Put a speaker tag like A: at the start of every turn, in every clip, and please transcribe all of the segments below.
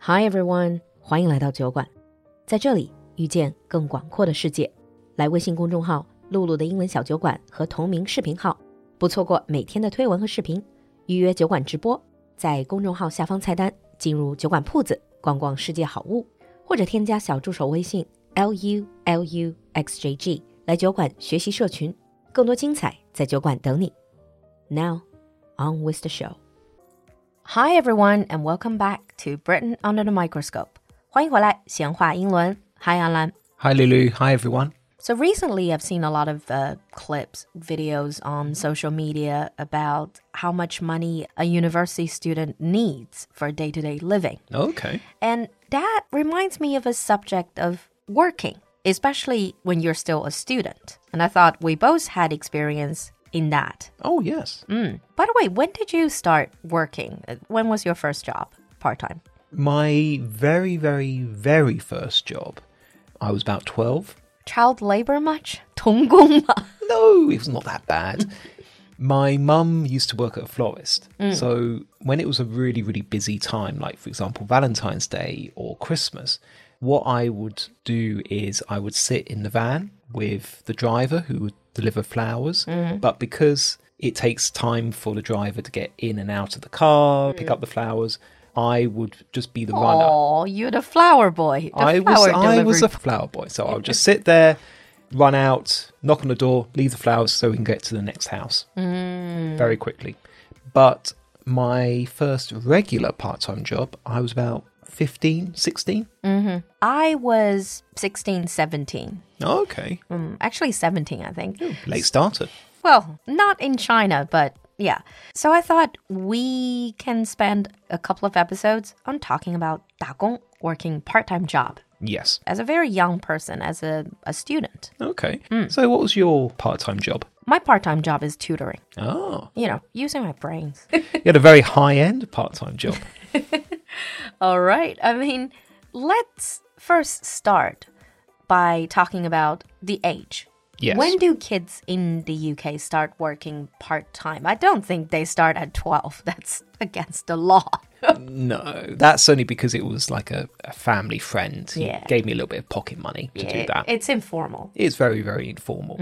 A: Hi everyone，欢迎来到酒馆，在这里遇见更广阔的世界。来微信公众号“露露的英文小酒馆”和同名视频号，不错过每天的推文和视频。预约酒馆直播，在公众号下方菜单进入酒馆铺子逛逛世界好物，或者添加小助手微信 l u l u x j g 来酒馆学习社群，更多精彩在酒馆等你。Now, on with the show. Hi everyone, and welcome back to Britain under the microscope. 欢迎回来，闲话英伦。Hi Alan.
B: Hi, Lulu. Hi, everyone.
A: So recently, I've seen a lot of uh, clips, videos on social media about how much money a university student needs for day to day living.
B: Okay.
A: And that reminds me of a subject of working, especially when you're still a student. And I thought we both had experience in that.
B: Oh, yes.
A: Mm. By the way, when did you start working? Uh, When was your first job part time?
B: My very, very, very first job, I was about 12.
A: Child labor much? 童工吗？
B: No, it was not that bad. My mum used to work at a florist. So when it was a really, really busy time, like for example, Valentine's Day or Christmas, what I would do is I would sit in the van with the driver who would deliver flowers. But because it takes time for the driver to get in and out of the car, pick up the flowers, I would just be the runner.
A: Oh, you're the flower boy. The
B: I was
A: flower
B: I was
A: delivery
B: a flower boy, so I'll just sit there, run out, knock on the door, leave the flowers so we can get to the next house
A: Mm.
B: very quickly. But my first regular part-time job, I was about 15, 16.
A: I was 16, 17.
B: Okay,
A: Mm, actually, 17, I think.
B: Hmm. late starter.
A: Well, not in China, but yeah. So I thought we can spend a couple of episodes on talking about 打工, working part time job,
B: Yes.
A: as a very young person, as a, a student.
B: Okay.
A: Hmm.
B: So what was your part-time job?
A: My part time job is tutoring,
B: Oh,
A: you know, using my brains.
B: you had a very high-end part-time job.
A: All right. I mean, let's first start by talking about the age.
B: Yes.
A: When do kids in the UK start working part time? I don't think they start at 12. That's against the law.
B: No, that's only because it was like a, a family friend. He
A: Yeah.
B: gave me a little bit of pocket money to do that.
A: It's informal.
B: It's very, very informal.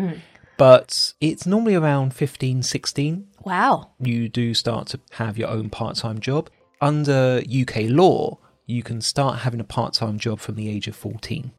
B: But it's normally around 15, 16,
A: Wow.
B: you do start to have your own part time job. Under UK law, you can start having a part time job from the age of 14.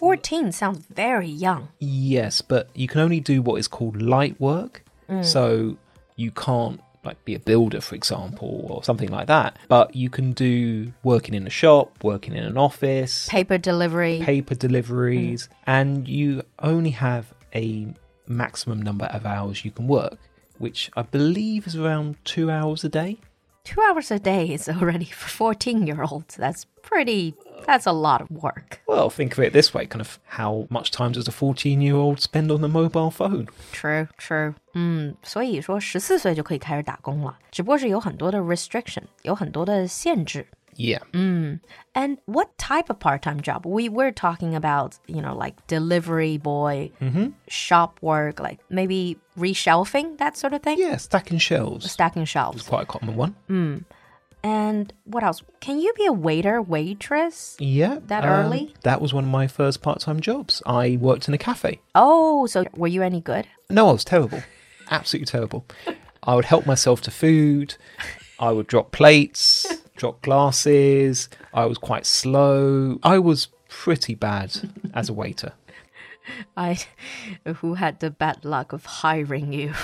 A: 14 sounds very young.
B: Yes, but you can only do what is called light work. So you can't like be a builder for example or something like that but you can do working in a shop working in an office
A: Paper delivery.
B: paper deliveries,
A: Mm.
B: and you only have a maximum number of hours you can work, which I believe is around two hours a day.
A: Two hours a day is already for 14 year olds. That's pretty, that's a lot of work.
B: Well, think of it this way kind of how much time does a 14 year old spend on a mobile phone?
A: True, true. 嗯，所以说十四岁就可以开始打工了，只不过是有很多的 restriction，有很多的限制。
B: Yeah.
A: Mm. And what type of part-time job? We were talking about, you know, like delivery boy, shop work, like maybe reshelving, that sort of thing.
B: Yeah, stacking shelves.
A: Stacking shelves.
B: Quite a common one.
A: Mm. And what else? Can you be a waiter, waitress?
B: Yeah. um,
A: That early?
B: That was one of my first part time jobs. I worked in a cafe.
A: Oh, so were you any good?
B: No, I was terrible. Absolutely terrible. I would help myself to food. I would drop plates, drop glasses. I was quite slow. I was pretty bad as a waiter.
A: I who had the bad luck of hiring you.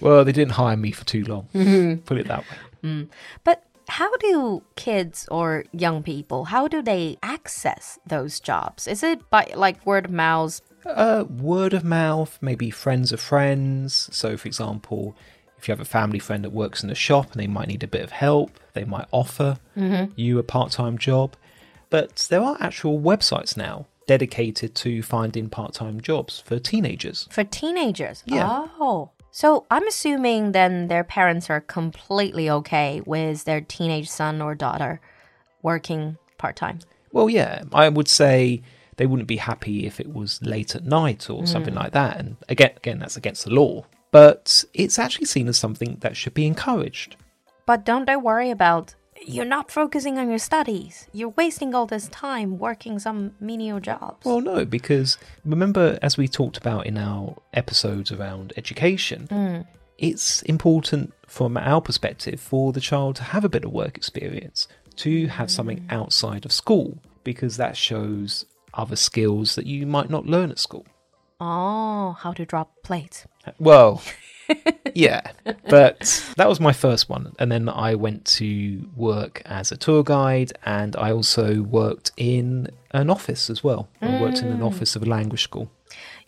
B: Well, they didn't hire me for too long. Put it that way.
A: But how do kids or young people, how do they access those jobs? Is it by like word of mouth?
B: Uh, word of mouth, maybe friends of friends. So, for example, if you have a family friend that works in a shop and they might need a bit of help, they might offer you a part time job. But there are actual websites now dedicated to finding part time jobs for teenagers.
A: For teenagers.
B: Yeah.
A: Oh. So I'm assuming then their parents are completely okay with their teenage son or daughter working part time.
B: Well, yeah, I would say they wouldn't be happy if it was late at night or something like that. And again, again, that's against the law. But it's actually seen as something that should be encouraged.
A: But don't they worry about You're not focusing on your studies. You're wasting all this time working some menial jobs.
B: Well, no, because remember, as we talked about in our episodes around education, it's important from our perspective for the child to have a bit of work experience, to have something outside of school, because that shows other skills that you might not learn at school.
A: oh, how to drop plates.
B: Well, yeah, but that was my first one. And then I went to work as a tour guide and I also worked in an office as well. I worked in an office of a language school.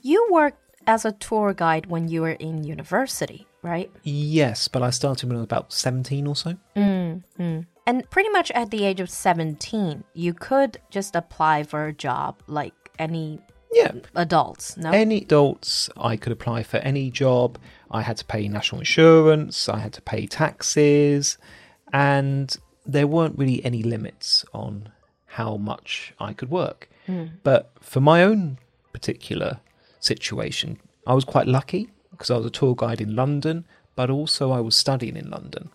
A: You worked as a tour guide when you were in university, right?
B: Yes, but I started when I was about 17 or so.
A: And pretty much at the age of 17, you could just apply for a job like any
B: Yeah.
A: adults, no?
B: Any adults, I could apply for any job. I had to pay national insurance, I had to pay taxes, and there weren't really any limits on how much I could work. But for my own particular situation, I was quite lucky because I was a tour guide in London, but also I was studying in London.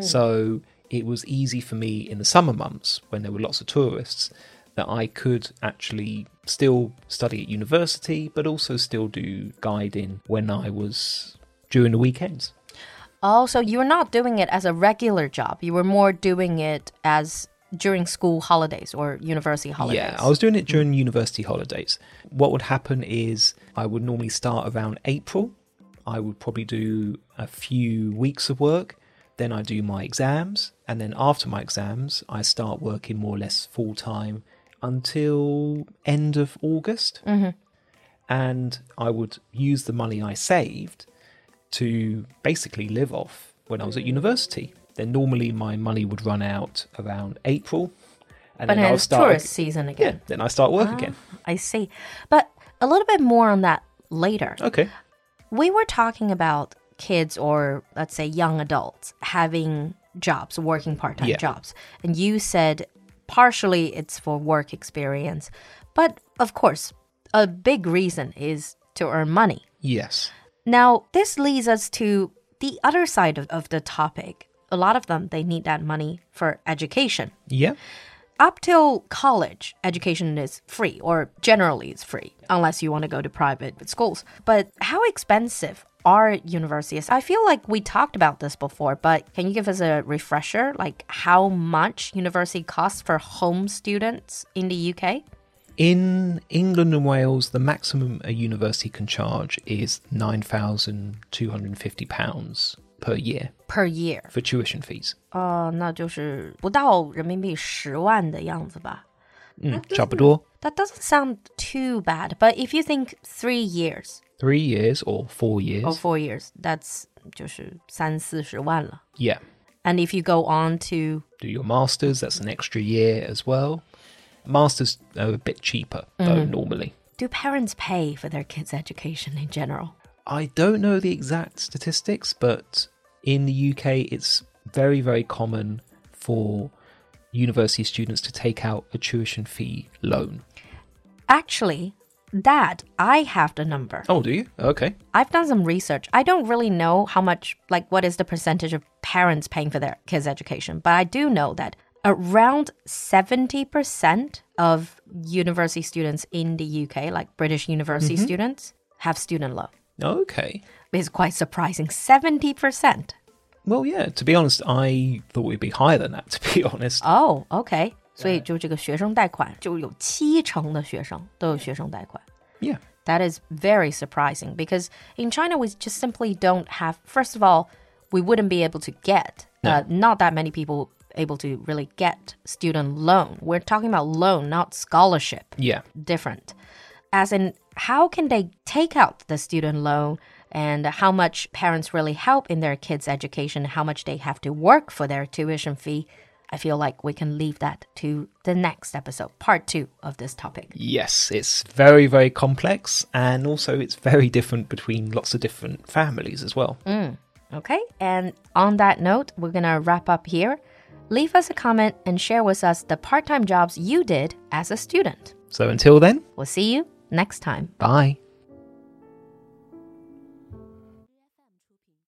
B: So it was easy for me in the summer months when there were lots of tourists that I could actually still study at university, but also still do guiding when I was during the weekends.
A: Also, you were not doing it as a regular job. You were more doing it as during school holidays or university holidays. Hmm.
B: Yeah, I was doing it during university holidays. What would happen is I would normally start around April. I would probably do a few weeks of work. Then I do my exams. And then after my exams, I start working more or less full time until end of August.
A: Mm-hmm.
B: And I would use the money I saved to basically live off when I was at university. Then normally my money would run out around April. And
A: but
B: then
A: then
B: I'll
A: it's
B: start
A: tourist season
B: yeah,
A: again. Ah,
B: then I start work again.
A: I see. But a little bit more on that later.
B: Okay.
A: We were talking about kids or let's say young adults having jobs, working part time
B: Yeah.
A: jobs. And you said partially it's for work experience. But of course, a big reason is to earn money.
B: Yes.
A: Now, this leads us to the other side of, of the topic. A lot of them, they need that money for education.
B: Yeah.
A: Up till college, education is free, or generally it's free, unless you want to go to private schools. But how expensive are universities? I feel like we talked about this before, but can you give us a refresher? Like how much university costs for home students in the UK?
B: In England and Wales, the maximum a university can charge is £9,250 per year
A: Per year.
B: for tuition fees.
A: 呃，Uh, 那就是不到人民币十万的样子吧。
B: Mm, Chapador,
A: That doesn't sound too bad, but if you think three years
B: three years or four years.
A: or four years, that's 就是三四十万了。
B: Yeah.
A: And if you go on to
B: Do your masters, that's an extra year as well. Masters are a bit cheaper, though, normally.
A: do parents pay for their kids' education in general?
B: I don't know the exact statistics, but in the UK, it's very, very common for university students to take out a tuition fee loan.
A: Actually, that I have the number.
B: Oh, do you? Okay.
A: I've done some research. I don't really know how much, like, what is the percentage of parents paying for their kids' education, but I do know that around 70% of university students in the UK, like British university students, have student loan.
B: Okay.
A: It's quite surprising. 70%.
B: Well, yeah, to be honest, I thought we'd be higher than that, to be honest.
A: Oh, okay. 所以就这个学生贷款，就有七成的学生都有学生贷款。
B: Yeah.
A: That is very surprising because in China, we just simply don't have, first of all, we wouldn't be able to get, uh, not that many people able to really get student loan. We're talking about loan, not scholarship.
B: Yeah.
A: Different. As in, how can they take out the student loan and how much parents really help in their kids' education, how much they have to work for their tuition fee? I feel like we can leave that to the next episode, part two of this topic.
B: Yes, it's very, very complex, and also it's very different between lots of different families as well.
A: Okay, and on that note, we're gonna wrap up here. Leave us a comment and share with us the part time jobs you did as a student.
B: So until then,
A: We'll see you next time.
B: bye.